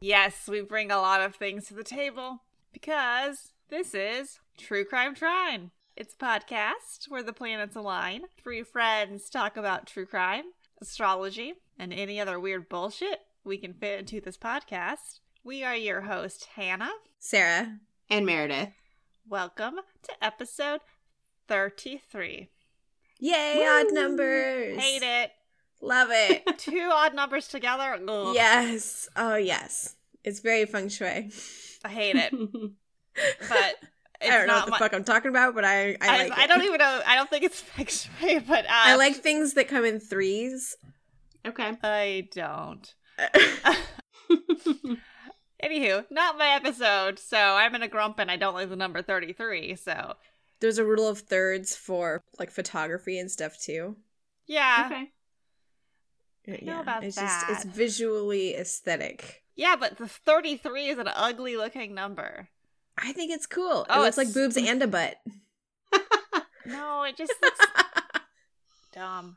Yes, we bring a lot of things to the table because this is True Crime Trine. It's a podcast where the planets align. Three friends talk about true crime, astrology, and any other weird bullshit we can fit into this podcast. We are your host, Hannah. Sarah. and Meredith. Welcome to episode 33. Yay, Woo! odd numbers. Hate it. Love it. Two odd numbers together. Ugh, yes. Oh, yes. It's very feng shui. I hate it. But it's I don't know not what the my- fuck I'm talking about, but I, I, I, like I it. don't even know. I don't think it's feng shui, but uh, I like things that come in threes. okay. I don't. Anywho, not my episode, so I'm in a grump and I don't like the number 33, so There's a rule of thirds for like photography and stuff too. yeah. okay. Uh, know about it's that. just it's visually aesthetic. Yeah, but the 33 is an ugly looking number. I think it's cool. Oh, it looks like it's- boobs and a butt No, it just looks dumb.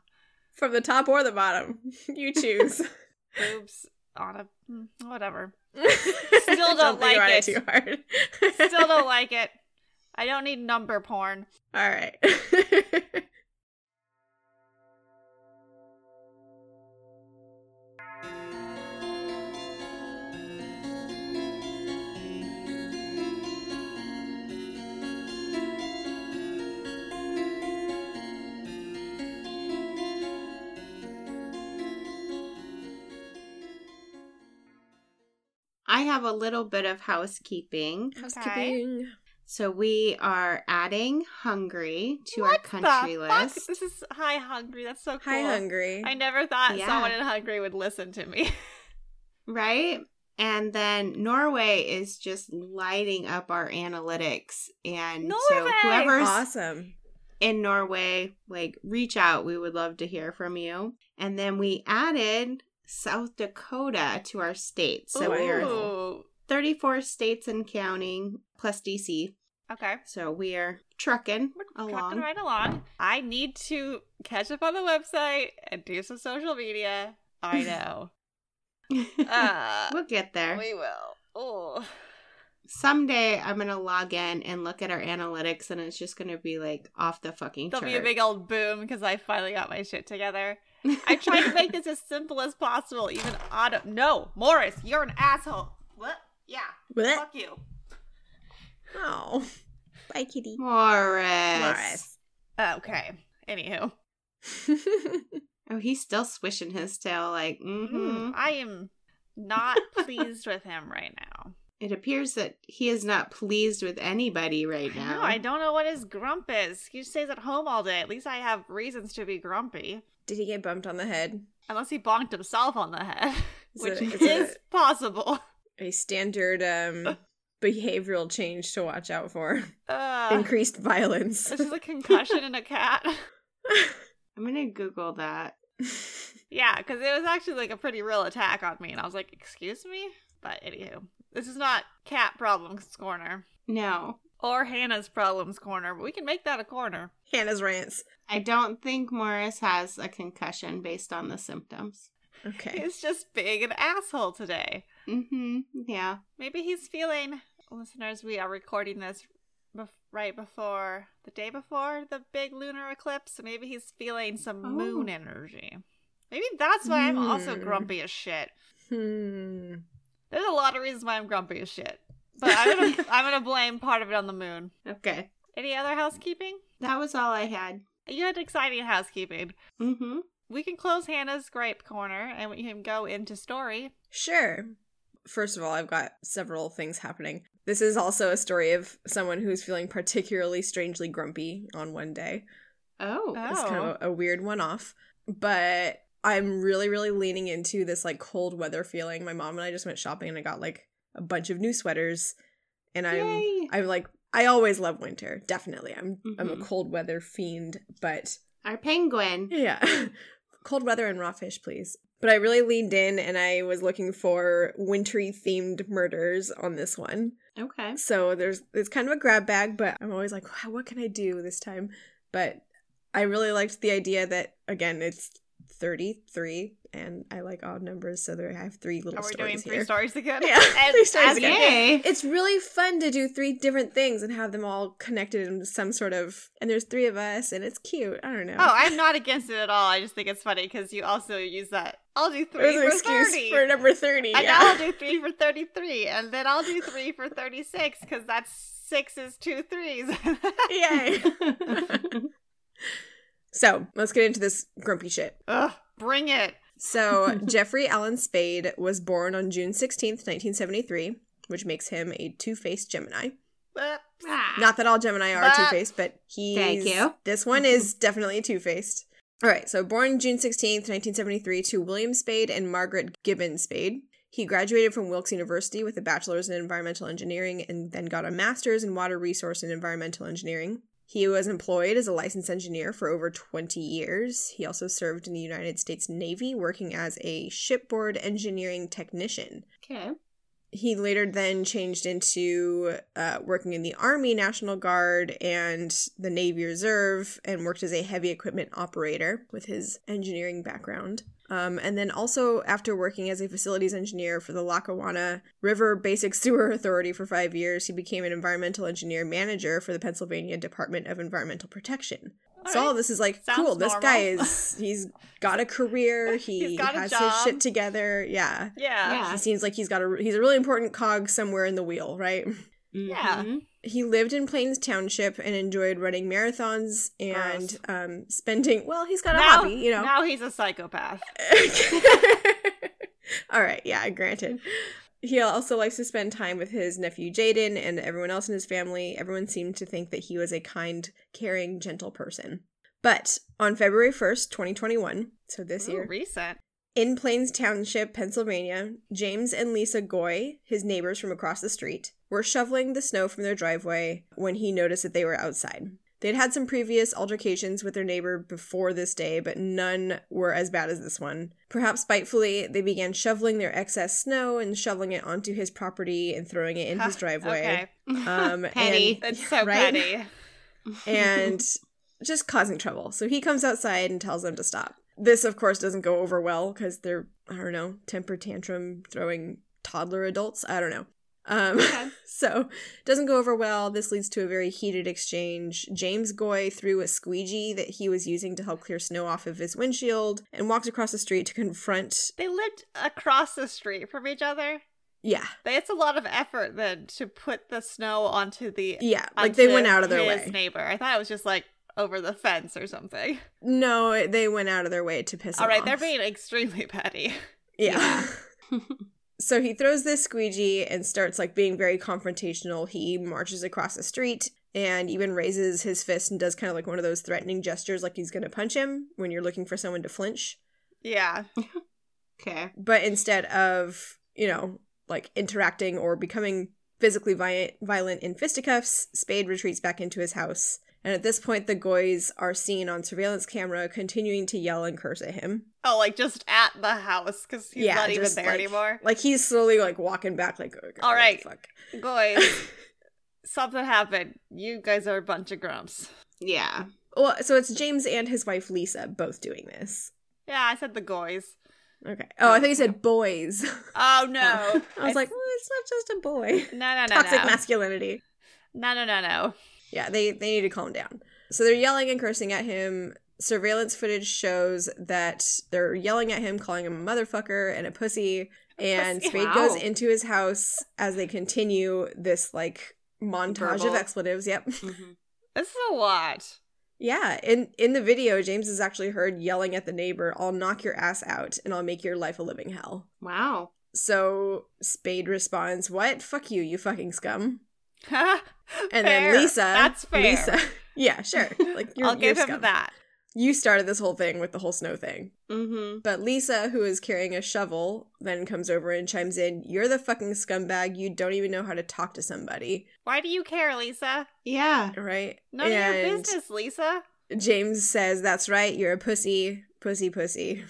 from the top or the bottom. You choose. Boobs on a mm, whatever. Still don't like about it. too hard. Still don't like it. I don't need number porn. All right. I have a little bit of housekeeping. Housekeeping. So we are adding Hungary to our What the country fuck? list. This is Hi Hungry. That's so cool. Hi, hungry. I never thought Yeah. someone in Hungary would listen to me. Right? And then Norway is just lighting up our analytics. And so Norway! whoever's Awesome. in Norway, like reach out. We would love to hear from you. And then we added South Dakota to our state. So we are Ooh. 34 states and counting plus DC. Okay. So we are trucking We're along. trucking right along. I need to catch up on the website and do some social media. I know. Uh, we'll get there. we will. Oh, Someday I'm gonna log in and look at our analytics, and it's just gonna be like off the fucking there'll chart. be a big old boom because I finally got my shit together. I tried to make this as simple as possible. Even auto. No, Morris, you're an asshole. What? Yeah. What? Eh. Fuck you. Oh. Bye, kitty. Morris. Okay. Anywho, Oh, he's still swishing his tail like. Mm-hmm. Mm, I am not pleased with him right now. It appears that he is not pleased with anybody right I now. know. I don't know what his grump is. He stays at home all day. At least I have reasons to be grumpy. Did he get bumped on the head? Unless he bonked himself on the head, Is which it- is is it- possible. A standard um behavioral change to watch out for. Uh, Increased violence. this is a concussion in a cat. I'm gonna Google that. yeah, because it was actually like a pretty real attack on me, and I was like, "Excuse me." But anywho, this is not cat problems corner No, or Hannah's problems corner, but we can make that a corner. Hannah's rants. I don't think Morris has a concussion based on the symptoms. Okay. He's just being an asshole today. Mm-hmm. Yeah. Maybe he's feeling. Listeners, we are recording this bef- right before the day before the big lunar eclipse. So maybe he's feeling some Oh. moon energy. Maybe that's why I'm also Hmm. grumpy as shit. Hmm. There's a lot of reasons why I'm grumpy as shit, but I'm gonna I'm gonna blame part of it on the moon. Okay. Any other housekeeping? That was all I had. You had exciting housekeeping. Mm-hmm. We can close Hannah's gripe corner and we can go into story. Sure. First of all, I've got several things happening. This is also a story of someone who's feeling particularly strangely grumpy on one day. Oh. It's kind of a, a weird one off, but I'm really, really leaning into this like cold weather feeling. My mom and I just went shopping and I got like a bunch of new sweaters, Oh, and I'm Yay. I'm like I always love winter. Definitely, I'm I'm a Mhm. cold weather fiend, but Our penguin. yeah. Cold weather and raw fish, please. But I really leaned in and I was looking for wintry themed murders on this one. Okay. So there's it's kind of a grab bag, but I'm always like, "Wow, what can I do this time? But I really liked the idea that again, it's 33, and I like odd numbers, so there I have three little Are we doing stories three here. stories again? Yeah, And three stories as again. it is, Yay! It's really fun to do three different things and have them all connected in some sort of. And there's three of us, and it's cute. I don't know. Oh, I'm not against it at all. I just think it's funny because you also use that. I'll do It was three an for excuse thirty, for number thirty. and yeah. now I'll do three for thirty-three, and then I'll do three for thirty-six because that's six is two threes. Yay! So let's get into this grumpy shit. Ugh, bring it. So Jeffrey Allen Spade was born on June sixteenth, nineteen seventy-three, which makes him a two-faced Gemini. Ugh. Ah, Not that all Gemini are But- two faced, but he's. you. This one is definitely two faced. All right, so born June 16th, 1973, to William Spade and Margaret Gibbon Spade. He graduated from Wilkes University with a bachelor's in environmental engineering and then got a master's in water resource and environmental engineering. He was employed as a licensed engineer for over 20 years. He also served in the United States Navy, working as a shipboard engineering technician okay. he later then changed into uh, working in the Army National Guard and the Navy Reserve and worked as a heavy equipment operator with his engineering background. Um, and then also, after working as a facilities engineer for the Lackawanna River Basic Sewer Authority for five years, he became an environmental engineer manager for the Pennsylvania Department of Environmental Protection. so, all Alright. this is like, Sounds cool, this guy normal. is, he's got a career, he He's got a has his job. shit together. Yeah. Yeah. Yeah. He seems like he's got a he's a really important cog somewhere in the wheel, right? Yeah. Mhm. He lived in Plains Township and enjoyed running marathons and Gross. um, spending. Well, he's got a Now, hobby, you know. now he's a psychopath. All right, yeah, granted. He also likes to spend time with his nephew Jaden and everyone else in his family. Everyone seemed to think that he was a kind, caring, gentle person. But on February 1st, 2021, so this Ooh, year, recent. in Plains Township, Pennsylvania, James and Lisa Goy, his neighbors from across the street, were shoveling the snow from their driveway when he noticed that they were outside. They'd had some previous altercations with their neighbor before this day, but none were as bad as this one. Perhaps spitefully, they began shoveling their excess snow and shoveling it onto his property and throwing it in his Huh, driveway. Um, and- Petty. Okay, it's so Right? petty. and just causing trouble. So he comes outside and tells them to stop. This, of course, doesn't go over well because they're, I don't know, temper tantrum throwing toddler adults. I don't know. Um, Okay. so doesn't go over well. This leads to a very heated exchange. James Goy threw a squeegee that he was using to help clear snow off of his windshield and walked across the street to confront. They lived across the street from each other. Yeah, That's a lot of effort then to put the snow onto the yeah. Like they onto went out of their his way. Neighbor, I thought it was just like over the fence or something. No, they went out of their way to piss. All him right, they're off. being extremely petty. yeah. So he throws this squeegee and starts like being very confrontational. He marches across the street and even raises his fist and does kind of like one of those threatening gestures like he's going to punch him when you're looking for someone to flinch. Yeah, okay. But instead of, you know, like interacting or becoming physically vi- violent in fisticuffs, Spade retreats back into his house. And at this point, the Goys are seen on surveillance camera continuing to yell and curse at him. oh, like just at the house because he's not even just, there like- anymore. Like he's slowly like walking back, like, oh, God, All what the right. fuck. Boys, something happened. You guys are a bunch of grumps. Yeah. Well, so it's James and his wife Lisa both doing this. Yeah, I said the goys. Okay. Oh, I thought you said boys. Oh no, I was like, "Oh, it's not just a boy. no, no, no, Toxic no, masculinity. no, no, no, no. Yeah, they they need to calm down. So they're yelling and cursing at him. Surveillance footage shows that they're yelling at him, calling him a motherfucker and a pussy. And Pussy. Spade Wow. goes into his house as they continue this like montage of Verbal. expletives. Yep. Mhm. This is a lot. Yeah, in in the video, James is actually heard yelling at the neighbor, "I'll knock your ass out and I'll make your life a living hell." Wow. So Spade responds, "What? Fuck you, you fucking scum!" and And then Lisa, that's fair. Lisa, yeah, sure, like you're, I'll you're give him scum. that. You started this whole thing with the whole snow thing, Mm-hmm. but Lisa, who is carrying a shovel, then comes over and chimes in, "You're the fucking scumbag. You don't even know how to talk to somebody, Why do you care, Lisa? Yeah. right?" None of your And business, Lisa. James says, "That's right. You're a pussy, pussy, pussy."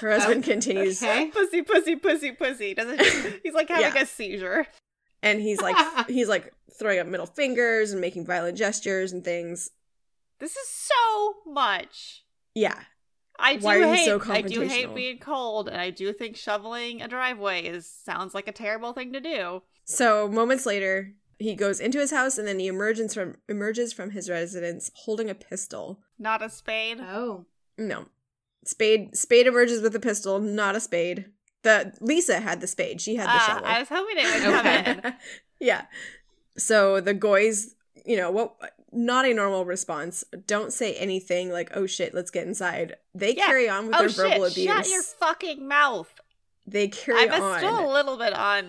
Her husband continues, Okay. Pussy, pussy, pussy, pussy. Doesn't he's like having a seizure? and he's like, he's like throwing up middle fingers and making violent gestures and things. This is so much. Yeah, I do Why are you hate so I do hate confrontational? being cold and I do think shoveling a driveway is sounds like a terrible thing to do. So moments later, he goes into his house and then he emerges from emerges from his residence holding a pistol. Not a spade. Oh. No. Spade Spade emerges with a pistol, not a spade. The Lisa had the spade. She had the Ah, shovel. I was hoping it would come in. yeah. So the goys, you know, what not a normal response. Don't say anything like, "Oh shit, let's get inside." They Yeah. carry on with Oh their shit! verbal abuse. Shut your fucking mouth. they carry I'm on. still a little bit on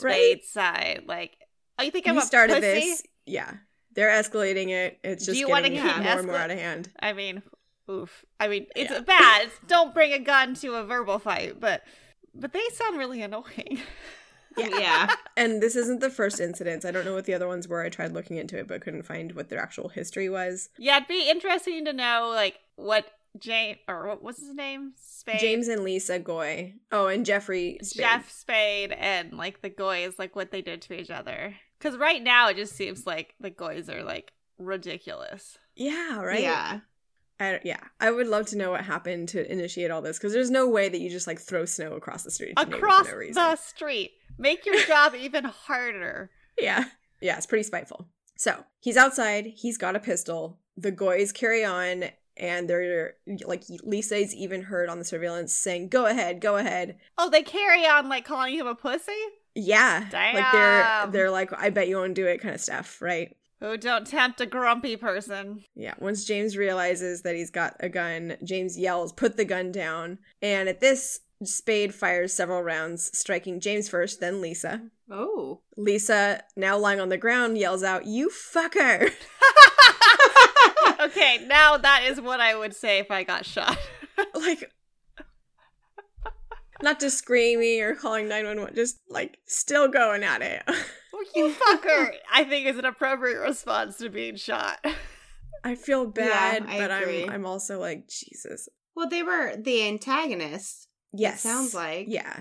Right? Spade's side. Like, oh, you think I'm you a started pussy? this. Yeah. They're escalating it. It's Do just you wanna getting keep more and more escala- out of hand. I mean, oof. I mean, it's Yeah. bad. It's- Don't bring a gun to a verbal fight, but but they sound really annoying. Yeah. And this isn't the first incident. I don't know what the other ones were. I tried looking into it, but couldn't find what their actual history was. yeah, it'd be interesting to know like what James or what was his name? Spade. James and Lisa Goy. Oh, and Jeffrey. Spade. Jeff Spade and like the Goys, like what they did to each other. Because right now it just seems like the Goys are like ridiculous. Yeah. Right. Yeah. I don't- yeah, I would love to know what happened to initiate all this because there's no way that you just like throw snow across the street to neighbors Across for no reason. the street. Make your job even harder. Yeah, yeah, it's pretty spiteful. So he's outside. He's got a pistol. The goys carry on, and they're like Lisa is even heard on the surveillance saying, "Go ahead, go ahead." Oh, they carry on like calling him a pussy? Yeah, like they're Damn. they're like, "I bet you won't do it," kind of stuff, right? Oh, don't tempt a grumpy person. Yeah, once James realizes that he's got a gun, James yells, put the gun down. And at this, Spade fires several rounds, striking James first, then Lisa. Oh. Lisa, now lying on the ground, yells out, You fucker! Okay, now that is what I would say if I got shot. like, not just screaming or calling 911, just like still going at it. Well, you fucker, I think is an appropriate response to being shot. I feel bad, I but agree. I'm I'm also like, Jesus. Well, they were the antagonist. Yes. It sounds like. Yeah.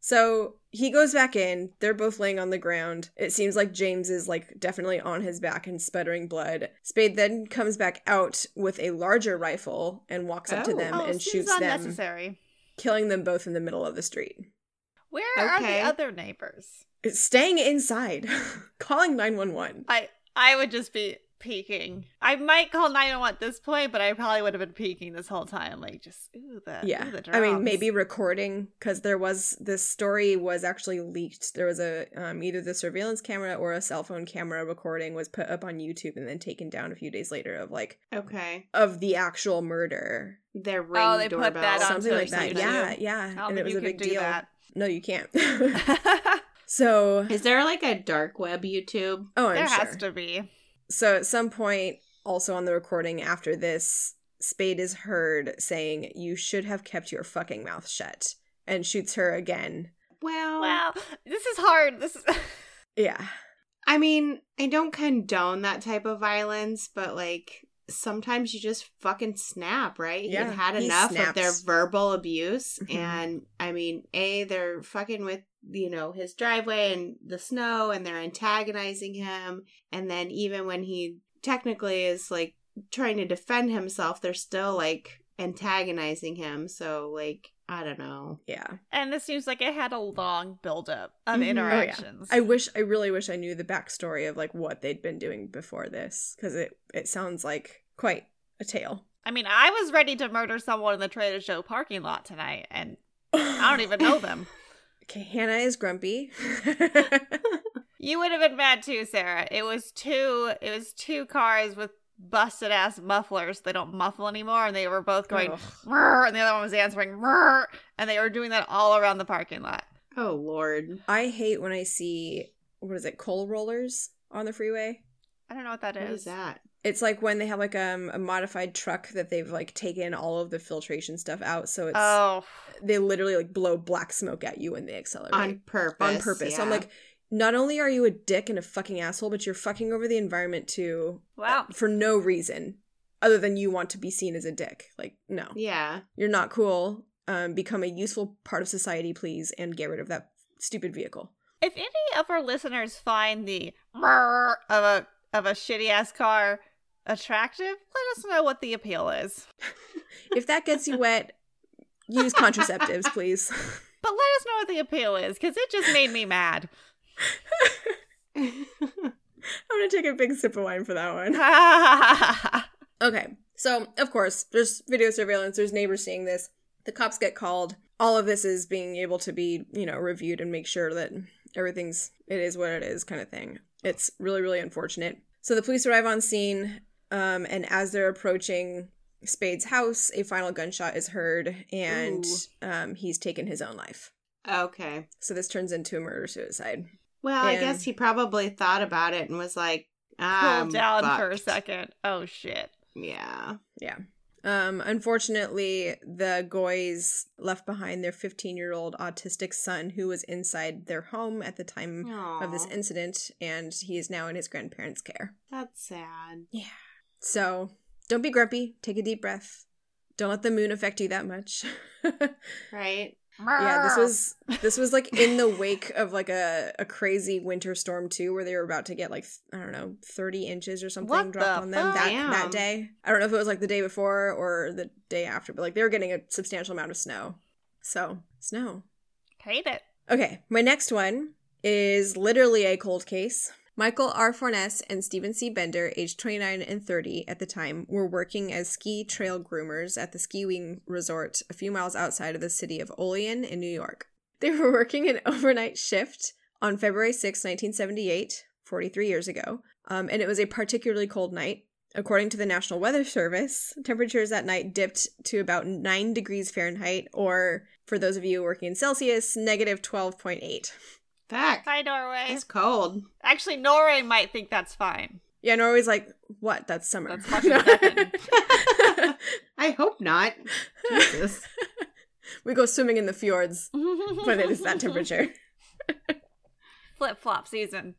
So he goes back in. They're both laying on the ground. It seems like James is like definitely on his back and sputtering blood. Spade then comes back out with a larger rifle and walks up to Oh. them oh, and seems shoots them, unnecessary. killing them both in the middle of the street. Where are the Okay. other neighbors? It's staying inside, calling 911. I I would just be peeking. I might call 911 at this point, but I probably would have been peeking this whole time, like just ooh the yeah. Uh, Ooh, the I mean, drums. maybe recording because there was this story was actually leaked. There was a um, either the surveillance camera or a cell phone camera recording was put up on YouTube and then taken down a few days later of like Okay. of the actual murder. Their ring Oh, they put doorbell. that on Something like that. YouTube. Yeah, I yeah. don't And think it was Oh, you a can big do deal. Oh, that. No, you can't. so, Is there like a dark web YouTube? oh, I'm there sure. has to be. So at some point, also on the recording after this, Spade is heard saying, You should have kept your fucking mouth shut, and shoots her again. Oh. Well, Wow, this is hard. This is Yeah. I mean, I don't condone that type of violence, but like sometimes you just fucking snap, right? He Yeah, had had he enough of their snaps. verbal abuse. Mhm. And I mean, A, they're fucking with, you know, his driveway and the snow and they're antagonizing him. And then even when he technically is like trying to defend himself, they're still like antagonizing him. So, like, I don't know. Yeah. and this seems like it had a long buildup of Mhm. Oh, yeah. interactions. I wish, I really wish I knew the backstory of like what they'd been doing before this, because it, it sounds like quite a tale. I mean, I was ready to murder someone in the Trader Joe parking lot tonight, and I don't even know them. Okay, Hannah is grumpy. You would have been mad too, Sarah. It was two. It was two cars with busted ass mufflers. They don't muffle anymore, and they were both going Ugh. "Rrr," and the other one was answering "Rrr," and they were doing that all around the parking lot. Oh, Lord. I hate when I see what is it, coal rollers on the freeway. I don't know what that is. What is that? It's like when they have like um, a modified truck that they've like taken all of the filtration stuff out, so it's Oh, they literally like blow black smoke at you when they accelerate On purpose. On purpose. So I'm yeah. like, not only are you a dick and a fucking asshole, but you're fucking over the environment too. Wow. For no reason other than you want to be seen as a dick. Like, no, yeah. you're not cool. Um, become a useful part of society, please, and get rid of that stupid vehicle. if any of our listeners find the "Rrr" of a of a shitty ass car attractive, let us know what the appeal is. If that gets you wet, use contraceptives, please. But let us know what the appeal is because it just made me mad. I'm gonna take a big sip of wine for that one. yeah. Okay. So, of course, there's video surveillance, there's neighbors seeing this. The cops get called. All of this is being able to be, you know, reviewed and make sure that everything's it is what it is kind of thing. It's really really unfortunate. So the police arrive on scene um and as they're approaching Spade's house, a final gunshot is heard and um he's taken his own life. okay. So this turns into a murder suicide. Well, I Yeah. guess he probably thought about it and was like, i Cool down for a second. Oh shit. Yeah. Um, unfortunately, the Goys left behind their 15 year old autistic son who was inside their home at the time of this Aw, incident, and he is now in his grandparents' care. That's sad. So don't be grumpy, take a deep breath. Don't let the moon affect you that much. Right? yeah, this was this was like in the wake of like a, a crazy winter storm too, where they were about to get like I don't know thirty inches or something What dropped the on them fuck? that Damn. that day. I don't know if it was like the day before or the day after, but like they were getting a substantial amount of snow. So snow. hate it. Okay, my next one is literally a cold case. Michael R. Fornes and Stephen C. Bender, aged 29 and 30 at the time, were working as ski trail groomers at the skiing resort a few miles outside of the city of Olean in New York. They were working an overnight shift on February 6, 1978, 43 years ago, um, and it was a particularly cold night. According to the National Weather Service, temperatures that night dipped to about 9 degrees Fahrenheit, or for those of you working in Celsius, negative 12.8. Fuck. Hi Norway. It's cold. Actually, Norway might think that's fine. Yeah, and always like, what? That's summer. That's fucking nothing. I hope not. Jesus. we go swimming in the fjords when it is that temperature. Flip flop season.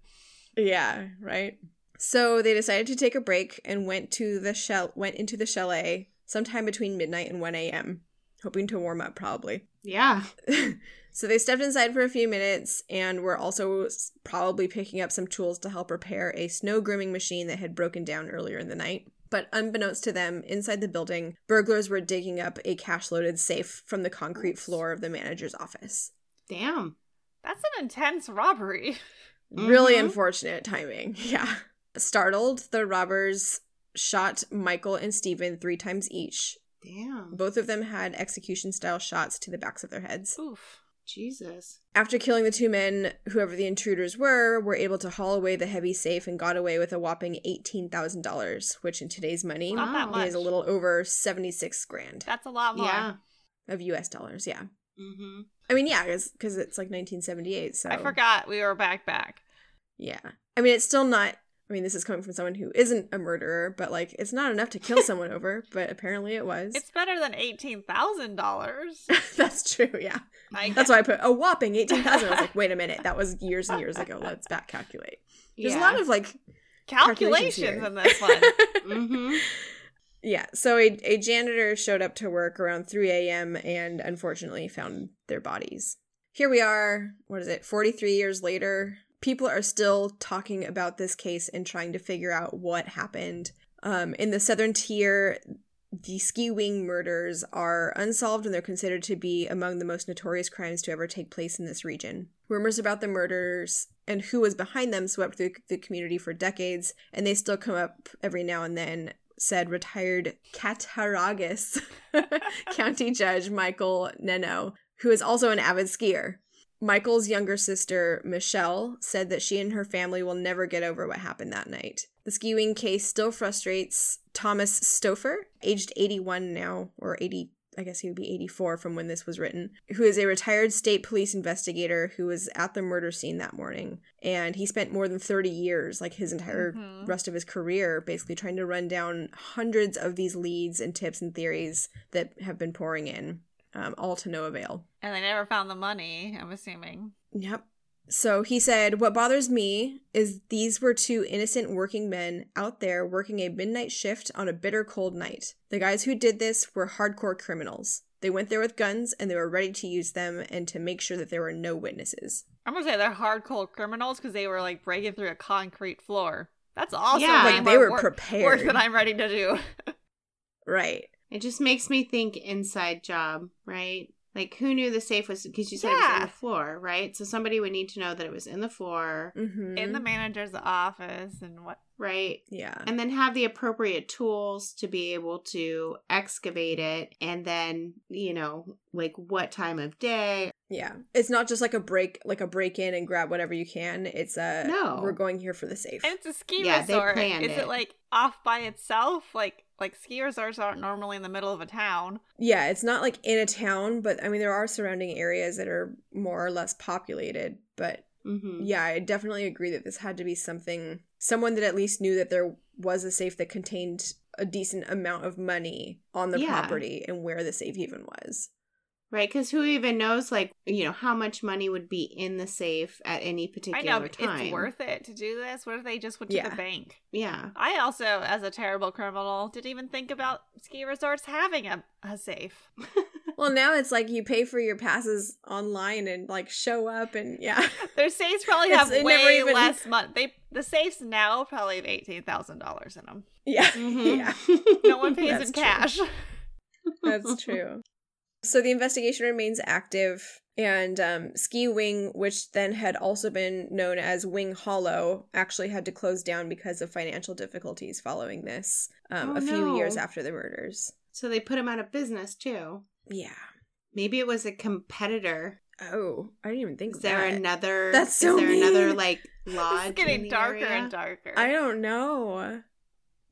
Yeah, right. So they decided to take a break and went to the shell went into the chalet sometime between midnight and 1 a.m., hoping to warm up probably. Yeah. so they stepped inside for a few minutes and were also s- probably picking up some tools to help repair a snow grooming machine that had broken down earlier in the night. But unbeknownst to them, inside the building, burglars were digging up a cash loaded safe from the concrete floor of the manager's office. Damn. That's an intense robbery. Really Mhm. unfortunate timing. Yeah. Startled, the robbers shot Michael and Stephen three times each. Damn. Both of them had execution style shots to the backs of their heads. Oof. Jesus. After killing the two men, whoever the intruders were, were able to haul away the heavy safe and got away with a whopping $18,000, which in today's money Not that Wow. much. is a little over 76 grand That's a lot more. Yeah. of US dollars. Yeah. Mm-hmm. I mean, yeah, because it's like 1978. So I forgot we were back back. Yeah. I mean, it's still not. I mean, this is coming from someone who isn't a murderer, but like, it's not enough to kill someone over, but apparently it was. It's better than eighteen thousand dollars. That's true. Yeah. I That's why I put a whopping 18,000. I was like, wait a minute. That was years and years ago. Let's back calculate. There's a lot of like. Calculations calculations here. in this one. Mm-hmm. Yeah. So a, a janitor showed up to work around 3 a.m. and unfortunately found their bodies. Here we are. What is it? 43 years later. People are still talking about this case and trying to figure out what happened. Um, in the Southern Tier, the ski wing murders are unsolved and they're considered to be among the most notorious crimes to ever take place in this region. Rumors about the murders and who was behind them swept through the community for decades, and they still come up every now and then. Said retired Cattaraugus County Judge Michael Neno, who is also an avid skier. Michael's younger sister, Michelle, said that she and her family will never get over what happened that night. The skiing case still frustrates Thomas Stouffer, aged 81 now, or 80, I guess he would be 84 from when this was written, who is a retired state police investigator who was at the murder scene that morning. And he spent more than 30 years, like his entire Mhm. rest of his career, basically trying to run down hundreds of these leads and tips and theories that have been pouring in, um, all to no avail. And they never found the money, I'm assuming. Yep. So he said, What bothers me is these were two innocent working men out there working a midnight shift on a bitter cold night. The guys who did this were hardcore criminals. They went there with guns and they were ready to use them and to make sure that there were no witnesses. I'm gonna say they're hardcore criminals because they were like breaking through a concrete floor. That's also Yeah. way Like, they more were work, work prepared. than I'm ready to do. right. It just makes me think inside job, right? Like who knew the safe was because you said it was Yeah. in the floor, right? So somebody would need to know that it was in the floor, Mm-hmm. In the manager's office and what? right? yeah. And then have the appropriate tools to be able to excavate it and then, you know, like what time of day. Yeah. It's not just like a break like a break in and grab whatever you can. It's a No. we're going here for the safe. And it's a ski Yeah, they resort. planned Is it. it. like off by itself? Like like ski resorts aren't normally in the middle of a town. yeah, it's not like in a town, but I mean there are surrounding areas that are more or less populated, but Mm-hmm. yeah, I definitely agree that this had to be something someone that at least knew that there was a safe that contained a decent amount of money on the Yeah. property and where the safe even was. Right? Because who even knows, like, you know, how much money would be in the safe at any I particular know but time? it's worth it to do this. What if they just went to Yeah. the bank? Yeah. I also, as a terrible criminal, didn't even think about ski resorts having a, a safe. Well, now it's like you pay for your passes online and like show up and yeah. Their safes probably It's- have it way never even- less money. They the safes now probably have eighteen thousand dollars in them. Yeah. Mhm. Yeah. No one pays That's in true. cash. That's true. So the investigation remains active, and um, Ski Wing, which then had also been known as Wing Hollow, actually had to close down because of financial difficulties following this um, Oh, a few no. years after the murders. So they put him out of business too. Yeah. Maybe it was a competitor. Oh, I didn't even think Is there that. another? That's so Is there another mean. like lodge? This is in the getting darker area? and darker. I don't know.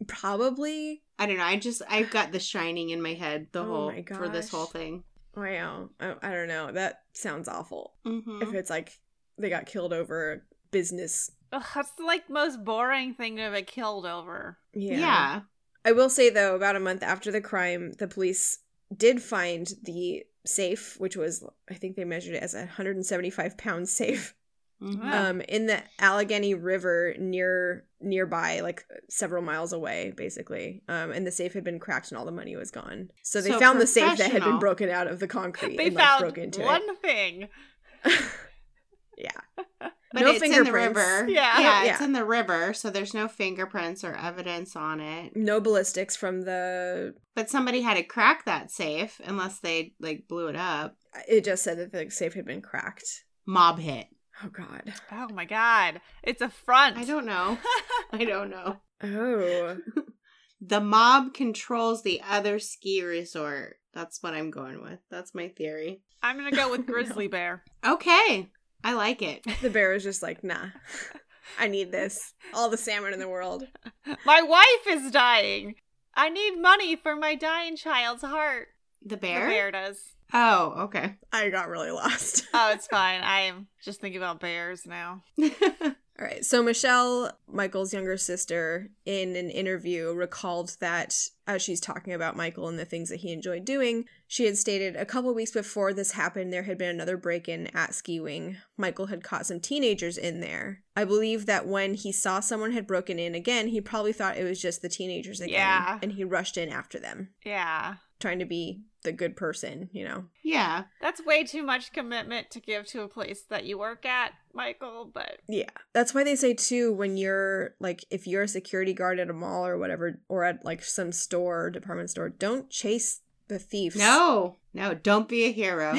Probably. I don't know. I just I've got the shining in my head the Oh whole my for this gosh. whole thing. Wow. I, I don't know. That sounds awful. Mm-hmm. If it's like they got killed over a business. Ugh, that's the like most boring thing to have been killed over. Yeah. I will say though, about a month after the crime, the police did find the safe, which was I think they measured it as a 175 pound safe, Mhm. Wow. um, in the Allegheny River near nearby, like several miles away, basically. Um, and the safe had been cracked and all the money was gone. So they So found the safe that had been professional. broken out of the concrete. They and, like, found broke into one thing. It. yeah, But no it's in the fingerprints. river. Yeah. yeah, it's Yeah. in the river, so there's no fingerprints or evidence on it. no ballistics from the. But somebody had to crack that safe, unless they like blew it up. It just said that the safe had been cracked. Mob hit. Oh God. Oh my god, it's a front. I don't know. I don't know. Oh. The mob controls the other ski resort. That's what I'm going with. That's my theory. I'm gonna go with grizzly bear. Okay, I like it. The bear was just like, nah, I need this. All the salmon in the world. My wife is dying. I need money for my dying child's heart. The The bear. bear does. Oh, okay. I got really lost. Oh, it's fine. I am just thinking about bears now. All right. So, Michelle, Michael's younger sister, in an interview recalled that as she's talking about Michael and the things that he enjoyed doing, she had stated a couple weeks before this happened, there had been another break in at Ski Wing. Michael had caught some teenagers in there. I believe that when he saw someone had broken in again, he probably thought it was just the teenagers again. Yeah. And he rushed in after them, Yeah. trying to be the good person, you know? yeah. That's way too much commitment to give to a place that you work at, Michael, but Yeah. That's why they say too when you're like if you're a security guard at a mall or whatever or at like some store, department store, don't chase the thieves. No, no, don't be a hero.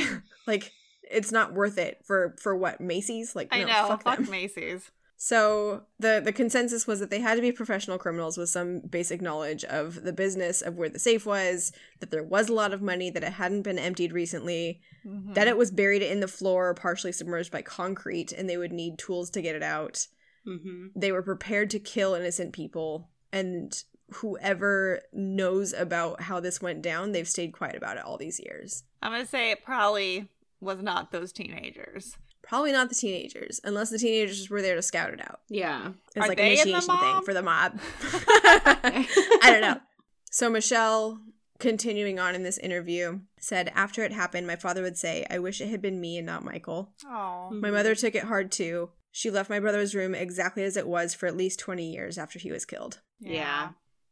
Like it's not worth it for for what Macy's like I no, know. fuck, Fuck, them. Macy's. So the the consensus was that they had to be professional criminals with some basic knowledge of the business of where the safe was, that there was a lot of money that it hadn't been emptied recently, Mm-hmm. Mhm. that it was buried in the floor partially submerged by concrete and they would need tools to get it out. hmm they were prepared to kill innocent people and whoever knows about how this went down they've stayed quiet about it all these years I'm going to say it probably was not those teenagers. probably not the teenagers unless the teenagers were there to scout it out Yeah. it's Are like they in an the initiation thing mob? for the mob i don't know so michelle continuing on in this interview said after it happened my father would say i wish it had been me and not michael Oh. my mother took it hard too she left my brother's room exactly as it was for at least 20 years after he was killed Yeah.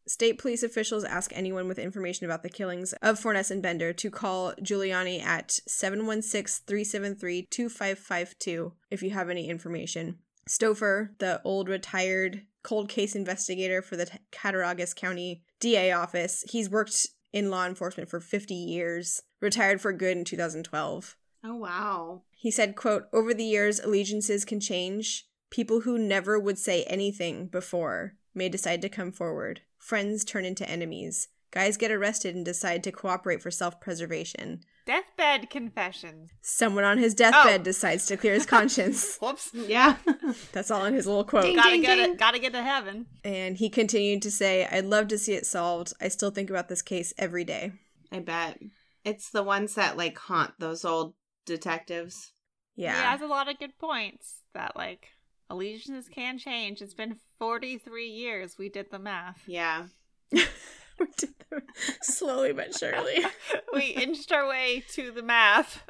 State police officials ask anyone with information about the killings of Fornes and Bender to call Giuliani at 716 373 2552 if you have any information. Stouffer, the old retired cold case investigator for the T- Cattaraugus County DA office, he's worked in law enforcement for 50 years, retired for good in 2012. Oh wow. He said, quote, over the years, allegiances can change. People who never would say anything before may decide to come forward. Friends turn into enemies. Guys get arrested and decide to cooperate for self preservation. Deathbed confessions. Someone on his deathbed decides to clear his conscience. Whoops. Yeah. That's all in his little quote. Ding, gotta ding, get ding. it. Gotta get to heaven. And he continued to say, I'd love to see it solved. I still think about this case every day. I bet. It's the ones that like haunt those old detectives. Yeah. He Yeah. has a lot of good points that like allegiances can change. It's been 43 years. We did the math. Yeah. We did them Slowly but surely. we inched our way to the math.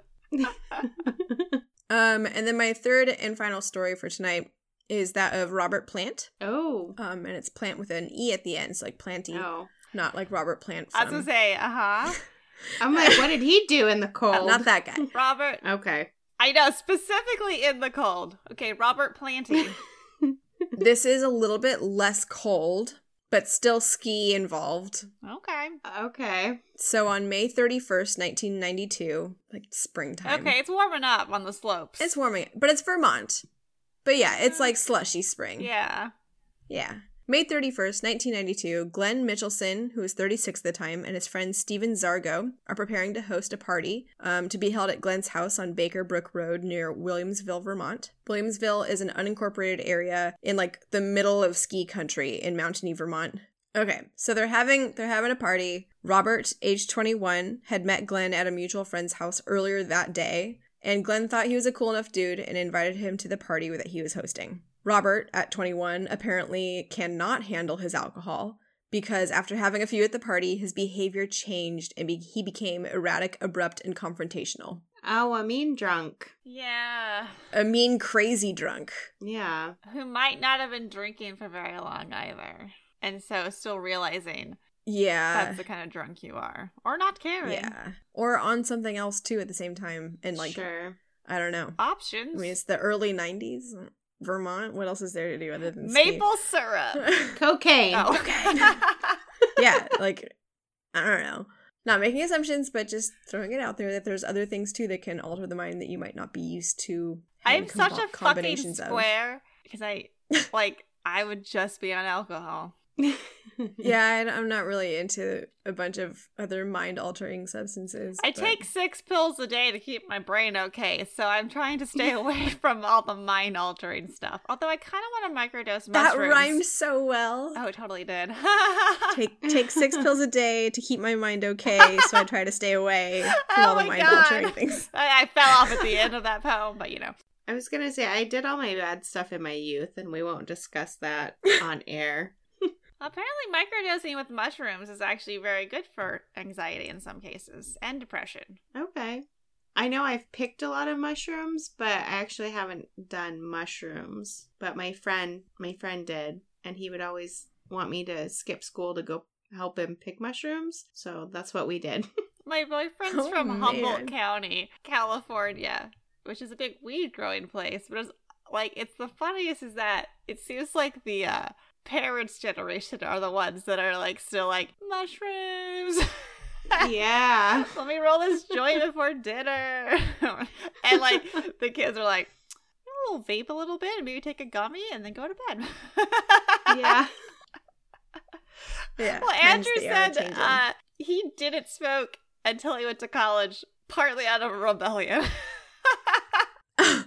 Um, and then my third and final story for tonight is that of Robert Plant. Oh. Um, and it's Plant with an E at the end, so like Planty, No. not like Robert Plant. Oh. I was from- gonna say, uh huh. I'm like, what did he do in the cold? Not that guy. Robert, Okay. I know specifically in the cold. Okay, Robert Planty. this is a little bit less cold, but still ski involved. okay, Okay. So on May 31st, 1992, like springtime. okay, it's warming up on the slopes. It's warming, but it's Vermont. But yeah, it's like slushy spring. Oh. yeah. Yeah. May 31st, 1992, Glenn Mitchelson, who was 36 at the time, and his friend Steven Zargo are preparing to host a party um, to be held at Glenn's house on Baker Brook Road near Williamsville, Vermont. Williamsville is an unincorporated area in like the middle of ski country in mountainy Vermont. Okay, so they're having they're having a party. Robert, age 21, had met Glenn at a mutual friend's house earlier that day, and Glenn thought he was a cool enough dude and invited him to the party that he was hosting. Robert, at 21, apparently cannot handle his alcohol because after having a few at the party, his behavior changed and be- he became erratic, abrupt, and confrontational. Oh, I mean drunk. Yeah. A mean, crazy drunk. Yeah. Who might not have been drinking for very long either. And so still realizing Yeah. that's the kind of drunk you are. Or not caring. Uh, Yeah. Or on something else too at the same time. And like, sure. I don't know. I Options. mean, it's the early 90s. Vermont. What else is there to do other than ski? Maple syrup. Cocaine. Oh. yeah, like, I don't know. Not making assumptions, but just throwing it out there that there's other things too that can alter the mind that you might not be used to. having I'm such combi- a fucking square because I like I would just be on alcohol. Yeah, I, am not really into a bunch of other mind altering substances. I but- take six pills a day to keep my brain okay, so I'm trying to stay away from all the mind altering stuff. Although I kind of want to microdose that mushrooms. rhymed so well. Oh, it totally did. Take take six pills a day to keep my mind okay, so I try to stay away from Oh all the my mind God. altering things. I, I fell off at the end of that poem, but you know. I was gonna say I did all my bad stuff in my youth, and we won't discuss that on air. Apparently, microdosing with mushrooms is actually very good for anxiety in some cases and depression. Okay. I know I've picked a lot of mushrooms, but I actually haven't done mushrooms. But my friend, my friend did, and he would always want me to skip school to go help him pick mushrooms. So that's what we did. My boyfriend's Oh, from Humboldt man. County, California, which is a big weed growing place. But it's like, it's the funniest is that it seems like the uh, parents' generation are the ones that are like still like mushrooms. yeah. Oh. Let me roll this joint before dinner, and like the kids are like, "We'll vape a little bit, and maybe take a gummy, and then go to bed." Yeah. Yeah. Well, times Andrew they are said changing. uh, he didn't smoke until he went to college, partly out of rebellion. uh,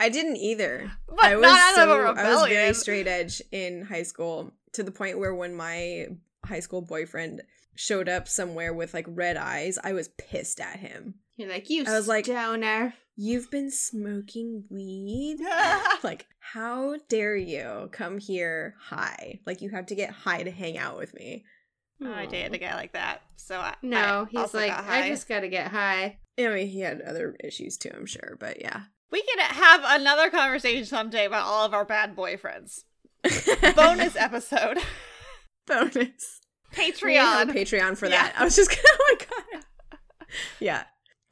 I didn't either. but I was not out so, of a rebellion. I was very straight edge in high school to the point where when my high school boyfriend showed up somewhere with like red eyes, I was pissed at him. You're like you. I was like- stoner. You've been smoking weed? like, how dare you come here high? Like, you have to get high to hang out with me. Oh, I dated a guy like that. So I, I No, he's also like got I high. just gotta get high. I mean, he had other issues too, I'm sure, but yeah. We can have another conversation someday about all of our bad boyfriends. Bonus episode. Bonus. We have a Patreon. Patreon for Yeah. that. I was just gonna, oh my god. Yeah.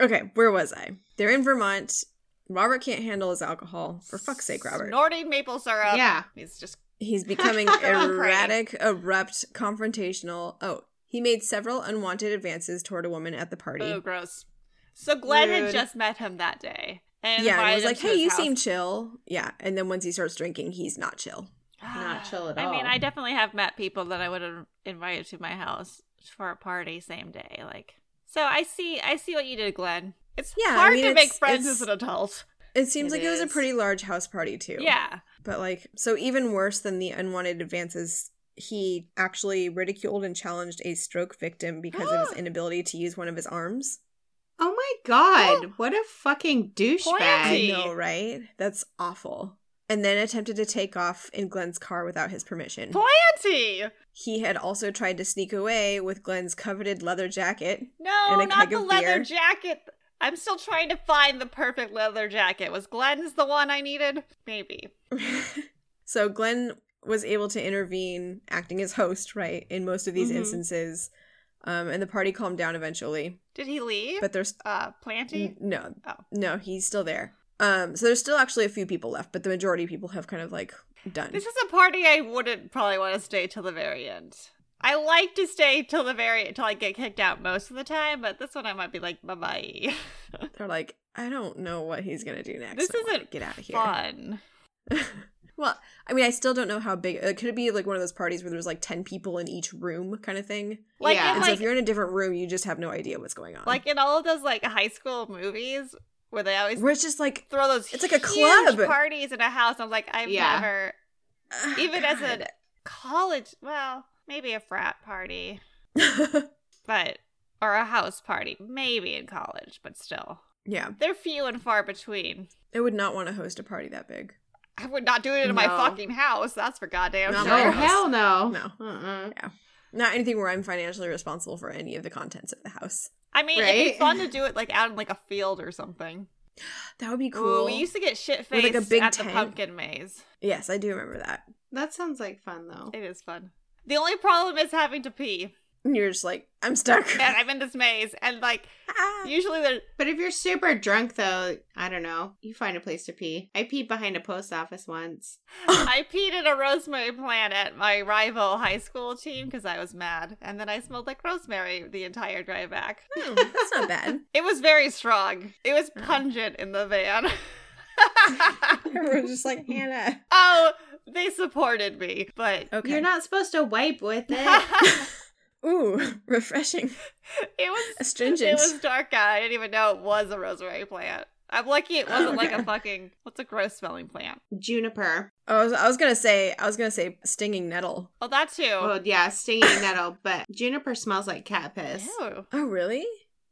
Okay, where was I? They're in Vermont. Robert can't handle his alcohol. For fuck's sake, Robert. Snorting maple syrup. Yeah. He's just He's becoming Craig. erratic, abrupt, confrontational. Oh, he made several unwanted advances toward a woman at the party. oh gross. So Glenn had Rude. just met him that day. And yeah, and invited he was him like, to "Hey, his you house. seem chill." Yeah, and then once he starts drinking, he's not chill. Not chill at I mean, all. I definitely have met people that I would have invited to my house for a party same day. Like, so I see, I see what you did, Glenn. It's Yeah, I hard mean, to it's- make friends as it's- an adult. It seems It like it was a is. pretty large house party too. Yeah, But like, so even worse than the unwanted advances, he actually ridiculed and challenged a stroke victim because of his inability to use one of his arms. Oh my god, what a fucking douchebag. Pointy. I know, right? That's awful. And then attempted to take off in Glenn's car without his permission. Poyanti. He had also tried to sneak away with Glenn's coveted leather jacket. No, And a not keg the of leather beer. jacket. I'm still trying to find the perfect leather jacket. Was Glenn's the one I needed? Maybe. so Glenn was able to intervene, acting as host, right, in most of these Mhm. instances. Um, and the party calmed down eventually, Did he leave? but there's uh, Planty. N- no, Oh. no, he's still there. Um, so there's still actually a few people left, but the majority of people have kind of like done. This is a party I wouldn't probably want to stay till the very end. I like to stay till the very till I get kicked out most of the time, but this one I might be like, bye bye. They're like, I don't know what he's gonna do next. This I wanna isn't get out of here. Fun. well, I mean, I still don't know how big. It could be like one of those parties where there's like ten people in each room, kind of thing. Like Yeah. in And so like, if you're in a different room, you just have no idea what's going on. like in all of those like high school movies where they always where it's just like, throw those It's like a huge club. parties in a house. I'm like, I've Yeah. never ah, even as a God. college well, maybe a frat party. But or a house party, maybe in college, but still. yeah, They're few and far between. I would not want to host a party that big. I would not do it in my No. fucking house. That's for goddamn Not sure. No, my hell no. No. Uh-uh. Not anything where I'm financially responsible for any of the contents of the house. I mean, it'd be Right? fun to do it like out in like a field or something. That would be cool. Ooh, we used to get shit With, faced like, a big at the tent. pumpkin maze. yes, I do remember that. That sounds like fun though. It is fun. The only problem is having to pee, And you're just like, I'm stuck. and I'm in this maze, and like Ah. usually there's But if you're super drunk though, I don't know, you find a place to pee. I peed behind a post office once. I peed in a rosemary plant at my rival high school team because I was mad, and then I smelled like rosemary the entire drive back. Hmm, that's not bad. It was very strong. It was Mm. pungent in the van. Everyone's just like Hannah. oh, they supported me, but Okay. You're not supposed to wipe with it. it Ooh, refreshing, was astringent. It was dark out. I didn't even know it was a rosemary plant. I'm lucky it wasn't like a fucking what's a gross smelling plant. Juniper. I was I was gonna say I was gonna say stinging nettle. Oh, that too. Oh yeah, stinging nettle, but juniper smells like cat piss. Ew. Oh really?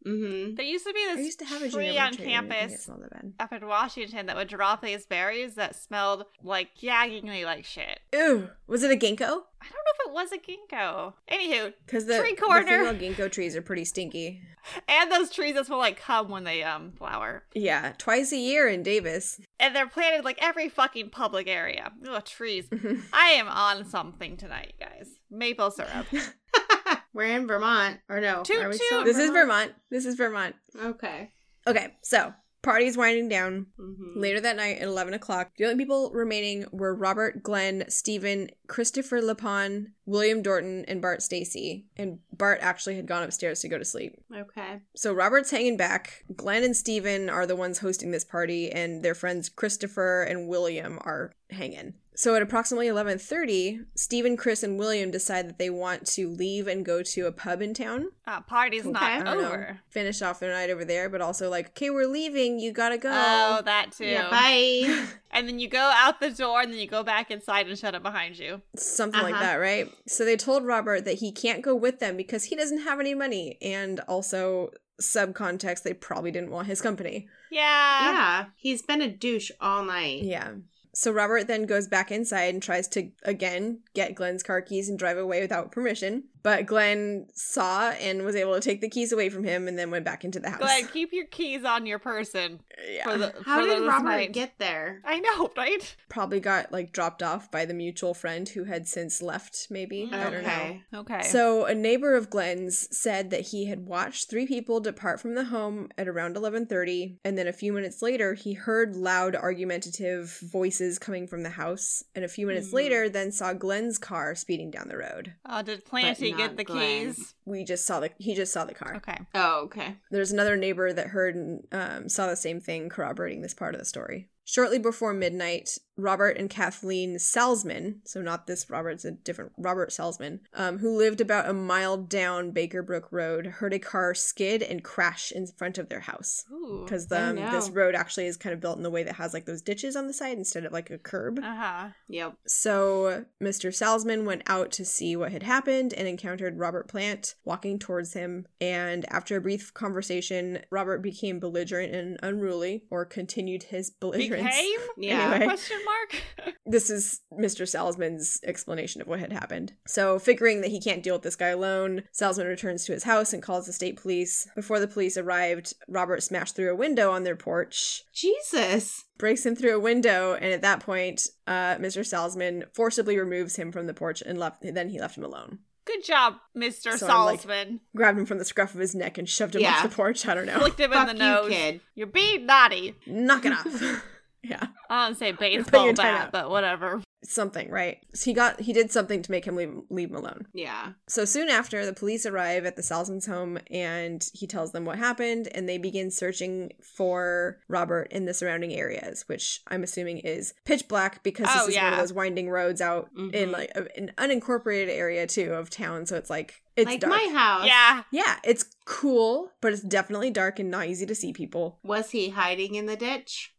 Mm-hmm. There used to be I this used to have a tree juniper on tree and it didn't campus smell that bad. up in Washington that would drop these berries that smelled like gaggingly like shit. Ooh, was it a ginkgo? I don't know if it was a ginkgo. Anywho, Because the, Tree the corner. female ginkgo trees are pretty stinky. and those trees that smell like cum when they um flower, Yeah, twice a year in Davis. and they're planted like every fucking public area. Ugh, trees. Mhm. I am on something tonight, guys. Maple syrup. Mm-hmm. We're in Vermont. Or no. Toot are we toot. still in this is Vermont. This is Vermont. Okay. Okay, so party's winding down. Mm-hmm. Later that night at 11 o'clock, the only people remaining were Robert, Glenn, Stephen, Christopher Lepon, William Dorton, and Bart Stacy. And Bart actually had gone upstairs to go to sleep. Okay. So Robert's hanging back. Glenn and Steven are the ones hosting this party, and their friends Christopher and William are hanging. So at approximately 11:30, Steven, Chris, and William decide that they want to leave and go to a pub in town. Uh, party's I not don't know, over. finish off their night over there, but also like, okay, we're leaving. You gotta go. Oh, that too. Yeah, bye. And then you go out the door and then you go back inside and shut it behind you. Something like Uh-huh. that, right? So they told Robert that he can't go with them because he doesn't have any money, and also subcontext, they probably didn't want his company. Yeah. yeah. He's been a douche all night. Yeah. So Robert then goes back inside and tries to again get Glenn's car keys and drive away without permission. But Glenn saw and was able to take the keys away from him and then went back into the house. Glenn, keep your keys on your person. yeah. For the, How for did the Robert night. get there? I know, right? Probably got like dropped off by the mutual friend who had since left, maybe. I don't know. Okay. Okay. So a neighbor of Glenn's said that he had watched three people depart from the home at around 11:30 and then a few minutes later he heard loud argumentative voices coming from the house and a few minutes Mhm. later then saw Glenn's car speeding down the road. uh, did Planty But get not the Glenn. keys? We just saw the he just saw the car. Okay. Oh, okay. There's another neighbor that heard and um, saw the same thing, corroborating this part of the story. Shortly before midnight, Robert and Kathleen Salzman, so not this Robert, it's a different Robert Salzman, um, who lived about a mile down Baker Brook Road, heard a car skid and crash in front of their house. Ooh. Because Oh, um, no. this road actually is kind of built in the way that has like those ditches on the side instead of like a curb. Uh huh. Yep. So Mr. Salzman went out to see what had happened and encountered Robert Plant walking towards him. And after a brief conversation, Robert became belligerent and unruly, or continued his belligerence. Became? Yeah. Anyway. Question mark? This is Mr. Salzman's explanation of what had happened. So, figuring that he can't deal with this guy alone, Salzman returns to his house and calls the state police. Before the police arrived, Robert smashed through a window on their porch, Jesus. breaks him through a window and at that point uh, mr salzman forcibly removes him from the porch and left then he left him alone Good job, Mr. So I'm like- Salzman. grabbed him from the scruff of his neck and shoved him Yeah. off the porch i don't know Flicked him in Fuck the you, nose. kid. You're being naughty. knock it off yeah I don't say putting baseball your time bat, out. but whatever. something right so he got he did something to make him leave, leave him alone Yeah. so soon after the police arrive at the salzman's home and he tells them what happened and they begin searching for robert in the surrounding areas which i'm assuming is pitch black because this Oh, is one of yeah. Mm-hmm. those winding roads out in Mhm. like a- an unincorporated area too of town so it's like it's like dark. my house. Yeah. yeah it's cool but it's definitely dark and not easy to see people Was he hiding in the ditch?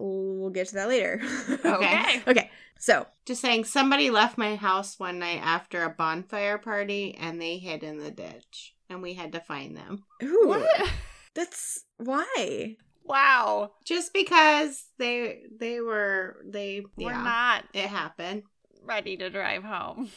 we'll get to that later Okay. Okay. okay so Just saying, somebody left my house one night after a bonfire party and they hid in the ditch. And we had to find them. ooh, What? that's why Wow. Just because they they were they We're yeah, not it happened. ready to drive home.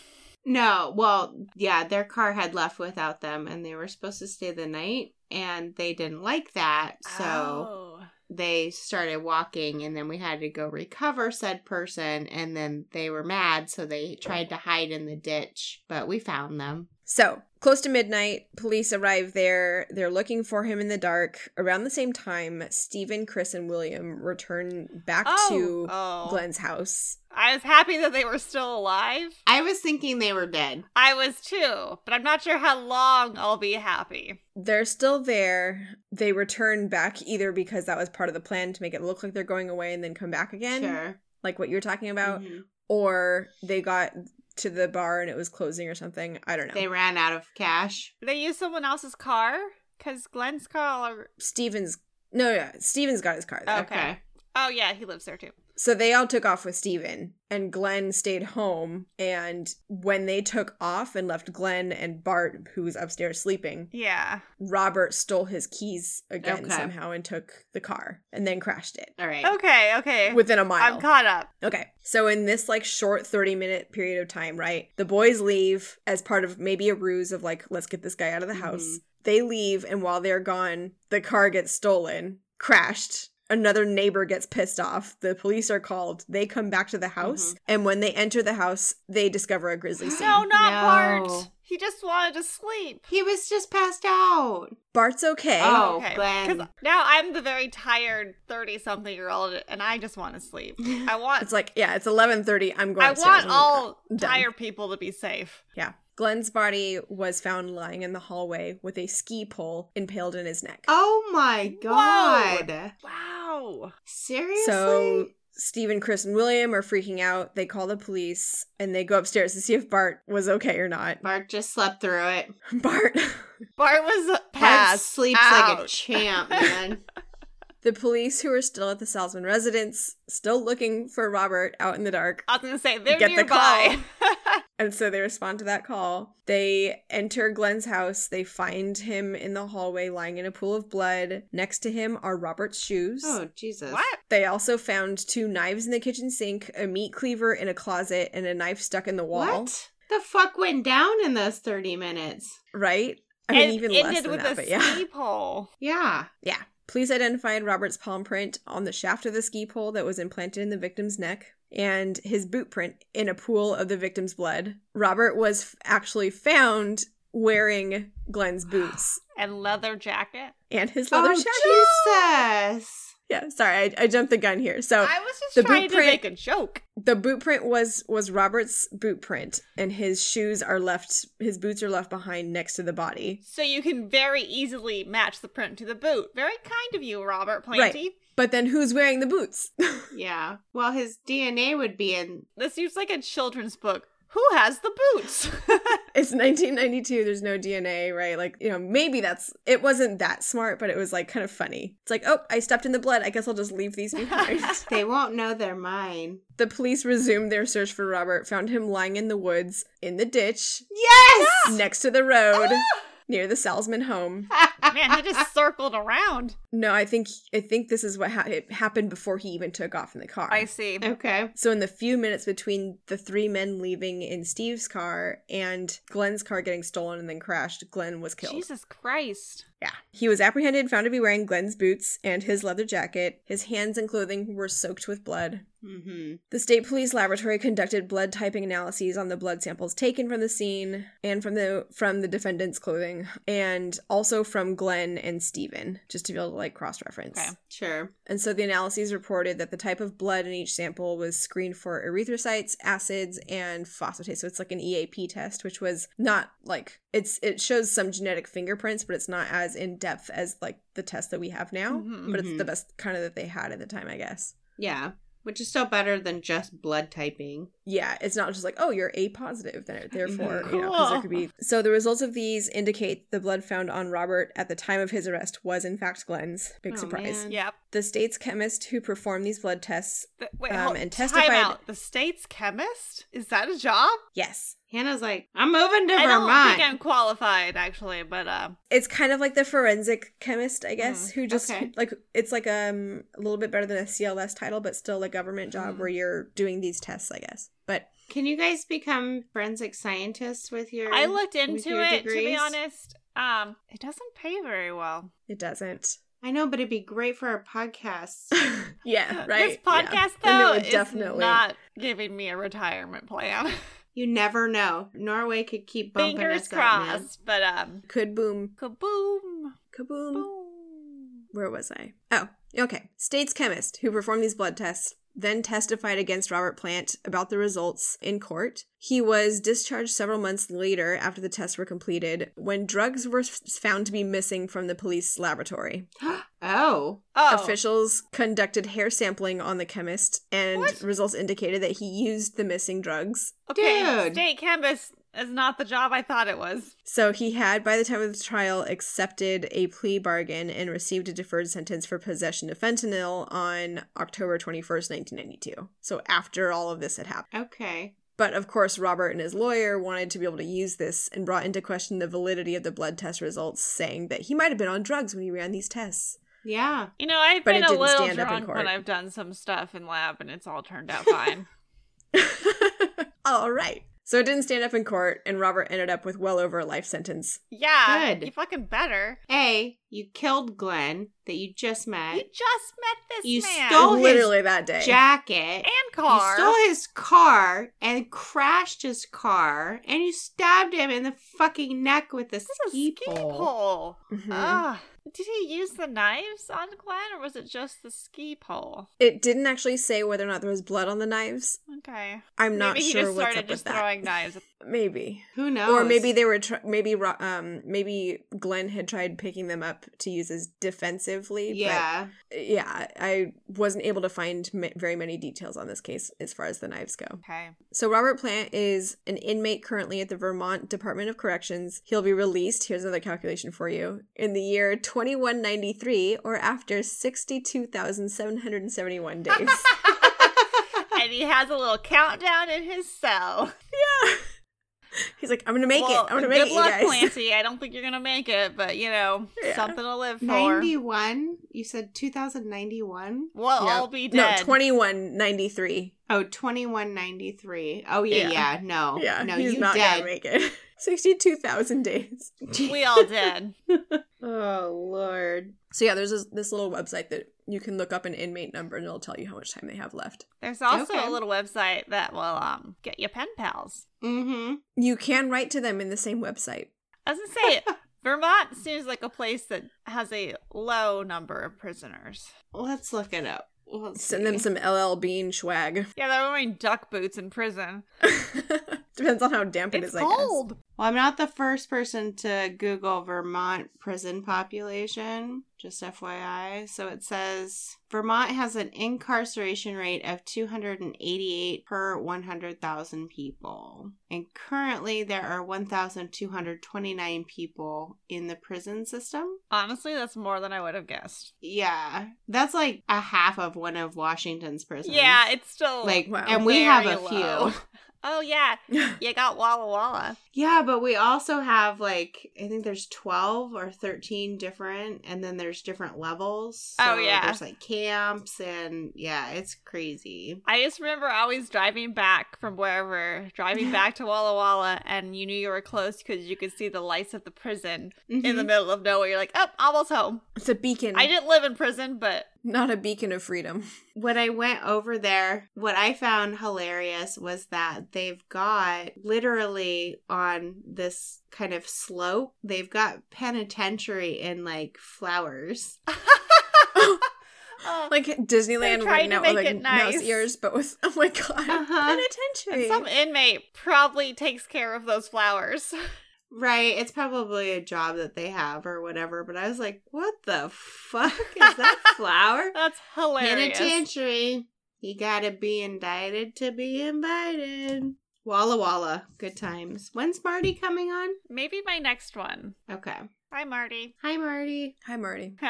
No, well, yeah, their car had left without them and they were supposed to stay the night and they didn't like that. So Oh. they started walking and then we had to go recover said person and then they were mad so they tried to hide in the ditch but we found them So, close to midnight, police arrive there. They're looking for him in the dark. Around the same time, Stephen, Chris, and William return back oh. to oh. Glenn's house. I was happy that they were still alive. i was thinking they were dead I was too, but I'm not sure how long I'll be happy. They're still there. They return back either because that was part of the plan to make it look like they're going away and then come back again, sure like what you're talking about, Mm-hmm. Mhm. or they got to the bar and it was closing or something. I don't know. they ran out of cash They used someone else's car because Glenn's car. Stephen's no, yeah, Stephen's got his car. Though. Okay. Oh yeah, he lives there too. So they all took off with Steven, and Glenn stayed home. And when they took off and left Glenn and Bart, who was upstairs sleeping, Yeah. Robert stole his keys again Okay. somehow and took the car and then crashed it all right Okay. Okay. within a mile. I'm caught up. okay. So in this like short 30 minute period of time, right? The boys leave as part of maybe a ruse of like, let's get this guy out of the Mm-hmm. house. Mhm. They leave, and while they're gone, the car gets stolen, crashed. Another neighbor gets pissed off. The police are called. They come back to the house, Mm-hmm. and when they enter the house, they discover a grisly scene. No, not Bart. No. He just wanted to sleep. he was just passed out Bart's okay. Oh. Glenn. 'Cause Now I'm the very tired thirty-something-year-old, and I just want to sleep. I want. It's like yeah, it's eleven thirty. I'm going. I upstairs. want I'm all done. tired people to be safe. Yeah. Glenn's body was found lying in the hallway with a ski pole impaled in his neck. oh my god Wow. seriously So Stephen, Chris, and William are freaking out. They call the police and they go upstairs to see if Bart was okay or not. bart just slept through it Bart. Bart was bart passed. sleeps like a out. champ man the police, who are still at the Salzman residence, still looking for Robert out in the dark. I was gonna say they're Get the nearby. And so they respond to that call. They enter Glenn's house. They find him in the hallway lying in a pool of blood. Next to him are Robert's shoes. oh jesus what? They also found two knives in the kitchen sink, a meat cleaver in a closet, and a knife stuck in the wall. what the fuck went down in those 30 minutes? right? I mean, and even ended less than with that, a but yeah. ski pole. Yeah. Yeah. Police identified Robert's palm print on the shaft of the ski pole that was implanted in the victim's neck and his boot print in a pool of the victim's blood. Robert was f- actually found wearing Glenn's boots and leather jacket. and his leather jacket. oh, Jesus. Yeah, sorry, I, I jumped the gun here. So I was just the trying to blueprint- make a joke. the boot print was was Robert's boot print, and his shoes are left. His boots are left behind next to the body. So you can very easily match the print to the boot. Very kind of you, Robert Planty. Right. But then, who's wearing the boots? Yeah. Well, his DNA would be in. This seems like a children's book. Who has the boots? It's 1992. There's no DNA, right? Like, you know, maybe that's it wasn't that smart, but it was like kind of funny. It's like, oh, I stepped in the blood. I guess I'll just leave these behind. They won't know they're mine. the police resumed their search for Robert, found him lying in the woods, in the ditch, Yes! next to the road, near the salesman home. Man, he just circled around. No, I think I think this is what ha- it happened before he even took off in the car. I see. Okay. So, in the few minutes between the three men leaving in Steve's car and Glenn's car getting stolen and then crashed, Glenn was killed. Jesus Christ. Yeah. He was apprehended, found to be wearing Glenn's boots and his leather jacket. His hands and clothing were soaked with blood. Mm-hmm. The state police laboratory conducted blood typing analyses on the blood samples taken from the scene and from the from the defendant's clothing and also from Glenn and Steven, just to be able to like cross reference. Okay. Sure. And so the analyses reported that the type of blood in each sample was screened for erythrocytes, acids, and phosphatase. So it's like an EAP test, which was not like it's it shows some genetic fingerprints, but it's not as in depth as like the test that we have now. Mhm. But it's the Mhm. best kind of that they had at the time, I guess. Yeah. Which is still better than just blood typing. Yeah, it's not just like, oh, you're A positive, then therefore, you know, 'cause there Cool. could be. So the results of these indicate the blood found on Robert at the time of his arrest was in fact Glenn's. Big Oh, surprise. man. Yep. The state's chemist who performed these blood tests Th- wait, Um, hold- and Time testified- out. The state's chemist? Is that a job? Yes. Hannah's like, I'm moving to I don't Vermont. think I'm qualified, actually, but uh, It's kind of like the forensic chemist, I guess, Mm, who just okay. like it's like um a little bit better than a CLS title, but still a government job Mm. where you're doing these tests, I guess. But Can you guys become forensic scientists with your? I looked with into your it, to be degrees? honest. Um, it doesn't pay very well. it doesn't. I know, but it'd be great for our podcasts. yeah, right. This Yeah. podcast And it though would is not giving me a retirement plan. you never know. Norway could keep bumping Fingers us up, man. crossed, but um, could boom. kaboom, Kaboom. boom. Where was I? Oh, okay. State's chemist who performed these blood tests then testified against Robert Plant about the results in court. He was discharged several months later after the tests were completed when drugs were f- found to be missing from the police laboratory. Oh, Oh, Officials conducted hair sampling on the chemist and What? results indicated that he used the missing drugs. okay. dude. State canvas is not the job I thought it was. So he had, by the time of the trial, accepted a plea bargain and received a deferred sentence for possession of fentanyl on October 21st, 1992. So after all of this had happened. okay. But of course, Robert and his lawyer wanted to be able to use this and brought into question the validity of the blood test results, saying that he might have been on drugs when he ran these tests. Yeah. You know, I've But been it a didn't little stand up in drunk court. when I've done some stuff in lab, and it's all turned out fine. all right. So it didn't stand up in court, and Robert ended up with well over a life sentence. yeah, Good. you fucking better. A, you killed Glenn that you just met. You just met this You man stole his Literally that day. Jacket. and You car. stole his car and crashed his car, and you stabbed him in the fucking neck with a This is a ski, pole. pole. Mhm. Ah, did he use the knives on Glenn, or was it just the ski pole? It didn't actually say whether or not there was blood on the knives. Okay. I'm not maybe sure he just what's started up just with that. throwing Oh, knives. Maybe, Who knows? or maybe they were tr- maybe Ro- um maybe Glenn had tried picking them up to use as defensively. Yeah. but yeah. I wasn't able to find ma- very many details on this case as far as the knives go. Okay. So Robert Plant is an inmate currently at the Vermont Department of Corrections. He'll be released. Here's another calculation for you in the year 2193 or after 62,771 days. and he has a little countdown in his cell. He's like, I'm gonna make Well, it. I'm gonna make Good it, you luck, guys. Clancy. I don't think you're gonna make it, but you know, Yeah. something to live for. 91? You said 2091? We'll Yeah. all be dead. No, twenty one ninety three. Oh, 2193. Oh, yeah, Yeah. yeah. No. Yeah, No, he's you not dead. gonna make it. Sixty two thousand days. We all dead. oh, Lord. So yeah, there's this, this little website that you can look up an inmate number and it'll tell you how much time they have left. There's also Okay. a little website that will um get you pen pals. Mm-hmm. You can write to them in the same website. I was gonna say Vermont seems like a place that has a low number of prisoners. Let's look it up. Let's Send them some see. LL Bean swag. Yeah, they're wearing duck boots in prison. Depends on how damp it it's is, cold. Well, I'm not the first person to Google Vermont prison population, just FYI. So it says Vermont has an incarceration rate of 288 per 100,000 people. And currently there are 1,229 people in the prison system. Honestly, that's more than I would have guessed. Yeah. That's like a half of one of Washington's prisons. Yeah, it's still Like, Wow. and we have very a low. few. Oh yeah, I guess. you got Walla Walla. Yeah, but we also have like I think there's twelve or thirteen different, and then there's different levels. Oh, yeah. there's like camps, and yeah, it's crazy. I just remember always driving back from wherever, driving back to Walla Walla, and you knew you were close because you could see the lights of the prison in the Mhm. middle of nowhere. You're like, oh, almost home. It's a beacon, I didn't live in prison, but not a beacon of freedom. when I went over there, what I found hilarious was that they've got literally on this kind of slope, they've got penitentiary in like flowers. uh, Like Disneyland trying right to out make with like it nice. mouse ears, but with oh my god, Uh-huh. and penitentiary. some inmate probably takes care of those flowers. Right, it's probably a job that they have or whatever, but I was like, what the fuck is that flower? That's hilarious. Penitentiary. You gotta be indicted to be invited. Walla Walla. Good times. When's Marty coming on? Maybe my next one. Okay. Hi, Marty. Hi, Marty. Hi, Marty.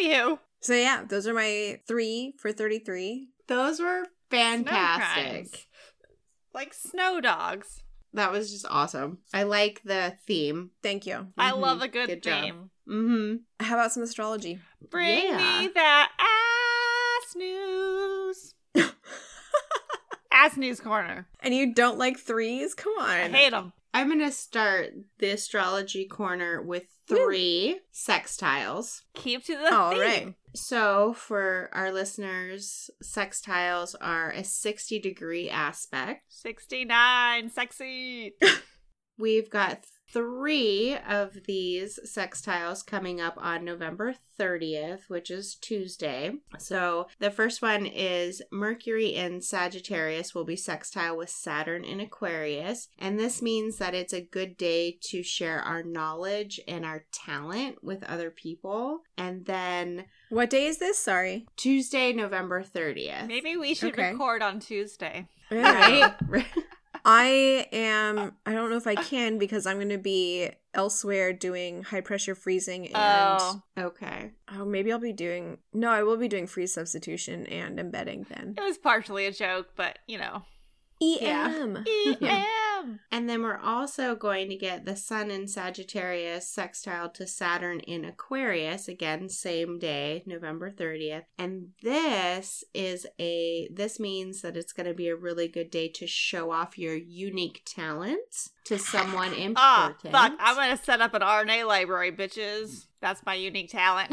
Anywho, So yeah, those are my three for thirty-three. Those were crimes. fantastic. like snow dogs. That was just awesome. I like the theme. Thank you. I Mhm. love a good, Good job. theme. Mm-hmm. How about some astrology? Bring Yeah. me that ass news. ass news corner. And you don't like threes? Come on. I hate them. I'm gonna start the astrology corner with Woo. three sextiles. Keep to the All theme. right. So, for our listeners, sextiles are a 60 degree aspect. 69, sexy. We've got three of these sextiles coming up on November 30th, which is Tuesday. So, the first one is Mercury in Sagittarius will be sextile with Saturn in Aquarius. And this means that it's a good day to share our knowledge and our talent with other people. And then What day is this? Sorry. Tuesday, November 30th. Maybe we should Okay. record on Tuesday. right? I am. I don't know if I can because I'm going to be elsewhere doing high pressure freezing and oh, okay. oh, maybe I'll be doing. No, I will be doing freeze substitution and embedding then. it was partially a joke, but you know. E EM. EM. And then we're also going to get the Sun in Sagittarius sextile to Saturn in Aquarius again same day, November 30th. And this is a this means that it's going to be a really good day to show off your unique talents to someone important. Ah, fuck. I'm going to set up an RNA library, bitches. That's my unique talent.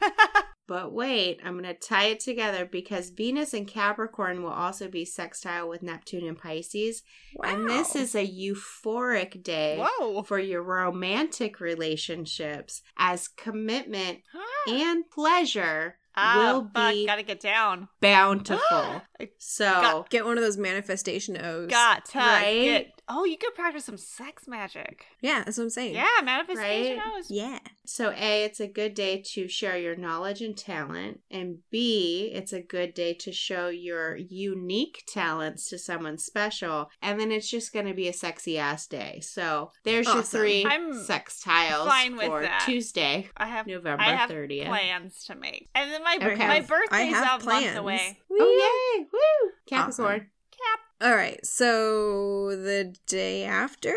But wait, I'm going to tie it together because Venus and Capricorn will also be sextile with Neptune and Pisces. Wow. And this is a euphoric day Whoa. for your romantic relationships as commitment and pleasure Ah, will fuck. be Gotta get down. bountiful. so, Get one of those manifestation O's. Got to Right? get. Oh, you could practice some sex magic. Yeah, that's what I'm saying. Yeah, manifestation. Right? knows. Yeah. so A, it's a good day to share your knowledge and talent, and B, it's a good day to show your unique talents to someone special, and then it's just going to be a sexy ass day. So, there's your Awesome. 3 I'm sextiles fine with for that. Tuesday, I have November I have 30th. plans to make, and then my Okay. my I birthday's have a plans. month away. Oh, yay! Oh, Woo! Capricorn. Awesome. Cap, All right. So the day after?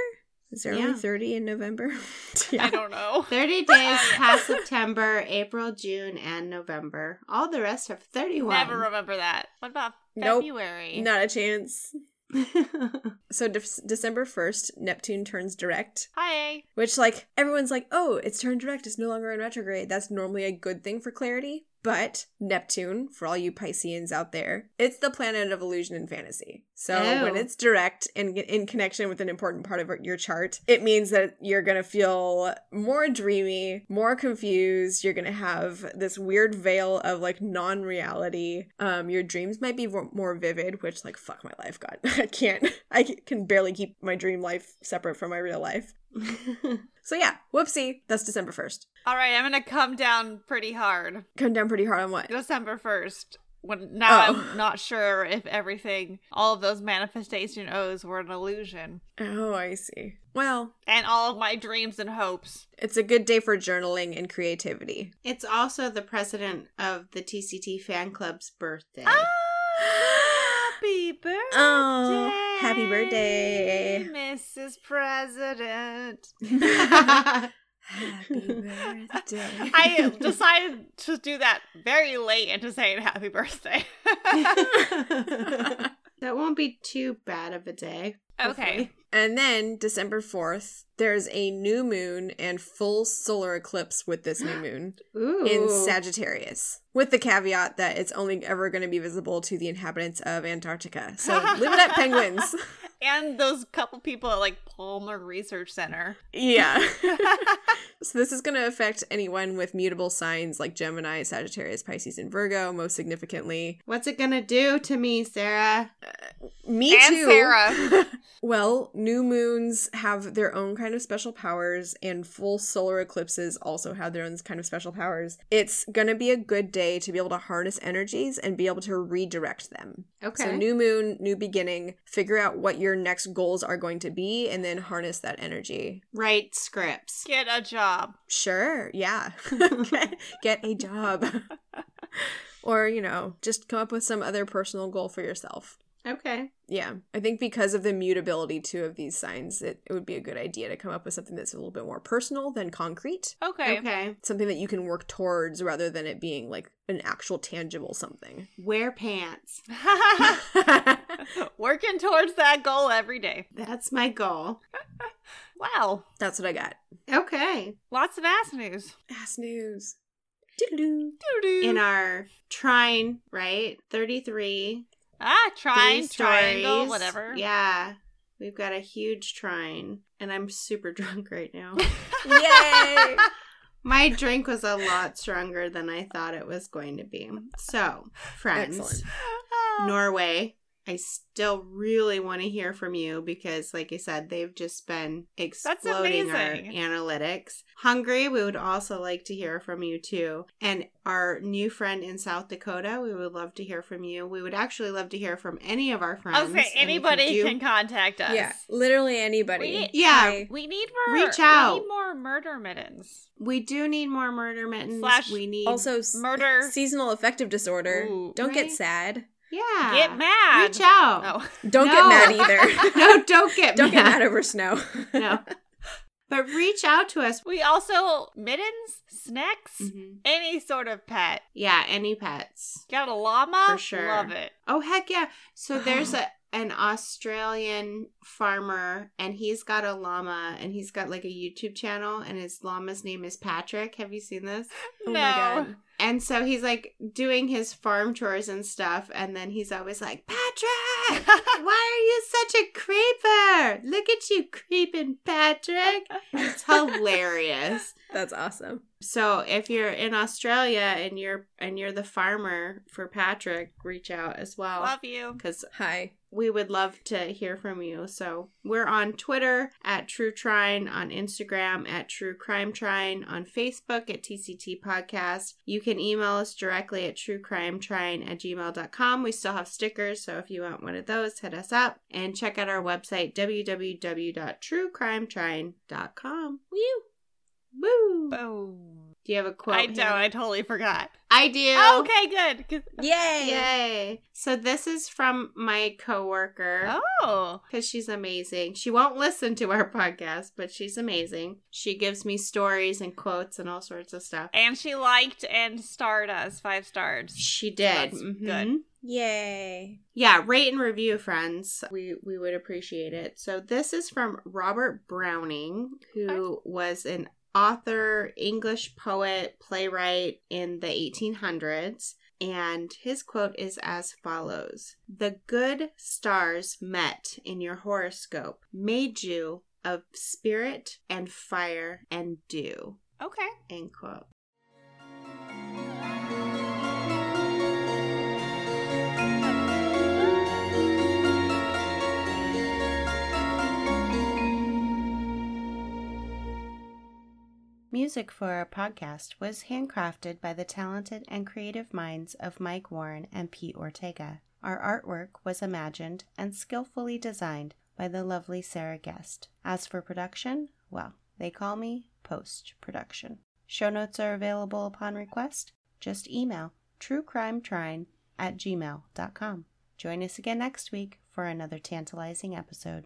Is there Yeah. only 30 in November? I don't know. 30 days past September, April, June, and November. All the rest have 31. Never remember that. What about Nope. February? Not a chance. So De- December 1st, Neptune turns direct, Hi. which, like, everyone's like, oh, it's turned direct. It's no longer in retrograde. That's normally a good thing for clarity. But Neptune, for all you Pisceans out there, it's the planet of illusion and fantasy. So Oh. when it's direct and g- in connection with an important part of your chart, it means that you're going to feel more dreamy, more confused. You're going to have this weird veil of like non reality. Um, your dreams might be more- more vivid, which, like, fuck my life, God. I can't, I can barely keep my dream life separate from my real life. So yeah, whoopsie, that's December 1st. All right, I'm gonna come down pretty hard. Come down pretty hard on what? December first. When now Oh. I'm not sure if everything, all of those manifestation O's were an illusion, Oh, I see. Well, and all of my dreams and hopes. it's a good day for journaling and creativity. it's also the president of the TCT fan club's birthday. Ah. Ah! Happy birthday! Oh, happy birthday. Mrs. President. Happy birthday. I decided to do that very late and to say happy birthday. that won't be too bad of a day. okay. and then December 4th, there's a new moon and full solar eclipse with this new moon hopefully. Ooh. in Sagittarius, with the caveat that it's only ever going to be visible to the inhabitants of Antarctica. So leave it at penguins. And those couple people at like Palmer Research Center. Yeah. so this is going to affect anyone with mutable signs like Gemini, Sagittarius, Pisces, and Virgo most significantly. What's it gonna do to me, Sarah? Me And too. Sarah. well, new moons have their own kind of special powers, and full solar eclipses also have their own kind of special powers. It's going to be a good day to be able to harness energies and be able to redirect them. Okay. So, new moon, new beginning, figure out what your next goals are going to be, and then harness that energy. Write scripts. Get a job. Sure, yeah. Get- Get a job. or, you know, just come up with some other personal goal for yourself. Okay. Yeah. I think because of the mutability, too, of these signs, it, it would be a good idea to come up with something that's a little bit more personal than concrete. Okay. Okay. Something that you can work towards rather than it being like an actual tangible something. Wear pants. Working towards that goal every day. That's my goal. Wow. That's what I got. Okay. Lots of ass news. Ass news. Doodaloo. Doo-doo. In our trine, right? 33. ah, three trine, triangle, stories. whatever. Yeah. We've got a huge trine. And I'm super drunk right now. Yay! my drink was a lot stronger than I thought it was going to be. So, friends. Excellent. Ah. Norway. I still really want to hear from you because, like I said, they've just been exploding our amazing. analytics. Hungary, we would also like to hear from you too. And our new friend in South Dakota, we would love to hear from you. We would actually love to hear from any of our friends. I was gonna say And if you anybody do- can contact us. yeah, literally anybody. We- Yeah. I- We need more. Reach We out. need more murder mittens. We do need more murder mittens. Slash we need also s- Murder. seasonal affective disorder. Ooh, don't get right? sad. yeah. Get mad. Reach out. Oh. Don't No. get mad either. No, don't get don't get mad. mad over snow. No, but reach out to us. We also mittens, snacks, Mhm. any sort of pet. Yeah, any pets. Got a llama? For sure. Love it. Oh heck yeah! So there's a an Australian farmer, and he's got a llama, and he's got like a YouTube channel, and his llama's name is Patrick. Have you seen this? Oh no. my God. And so he's like doing his farm chores and stuff, and then he's always like, Patrick, why are you such a creeper? Look at you creeping, Patrick. It's hilarious. That's awesome. So if you're in Australia and you're and you're the farmer for Patrick, reach out as well. Love you. Because Hi. we would love to hear from you. So we're on Twitter at True Trine, on Instagram at True Crime Trine, on Facebook at TCT Podcast. You can email us directly at truecrimetrine at gmail.com. We still have stickers, so if you want one of those, hit us up and check out our website www.truecrimetrine.com. Woo! Woo! Boom. Do you have a quote? I don't. Hannah? I totally forgot. I do. okay, good. 'Cause- Yay! Yay. So this is from my coworker. Oh, because she's amazing. She won't listen to our podcast, but she's amazing. She gives me stories and quotes and all sorts of stuff. and she liked and starred us five stars. She did. That's Mhm. good. Yay. Yeah, rate and review, friends. We we would appreciate it. So this is from Robert Browning, who was an author, English poet, playwright in the 1800s, and his quote is as follows: "The good stars met in your horoscope made you of spirit and fire and dew." Okay. End quote. Music for our podcast was handcrafted by the talented and creative minds of Mike Warren and Pete Ortega. Our artwork was imagined and skillfully designed by the lovely Sarah Guest. As for production, well, they call me post production. Show notes are available upon request. Just email truecrimetrine at gmail.com. Join us again next week for another tantalizing episode.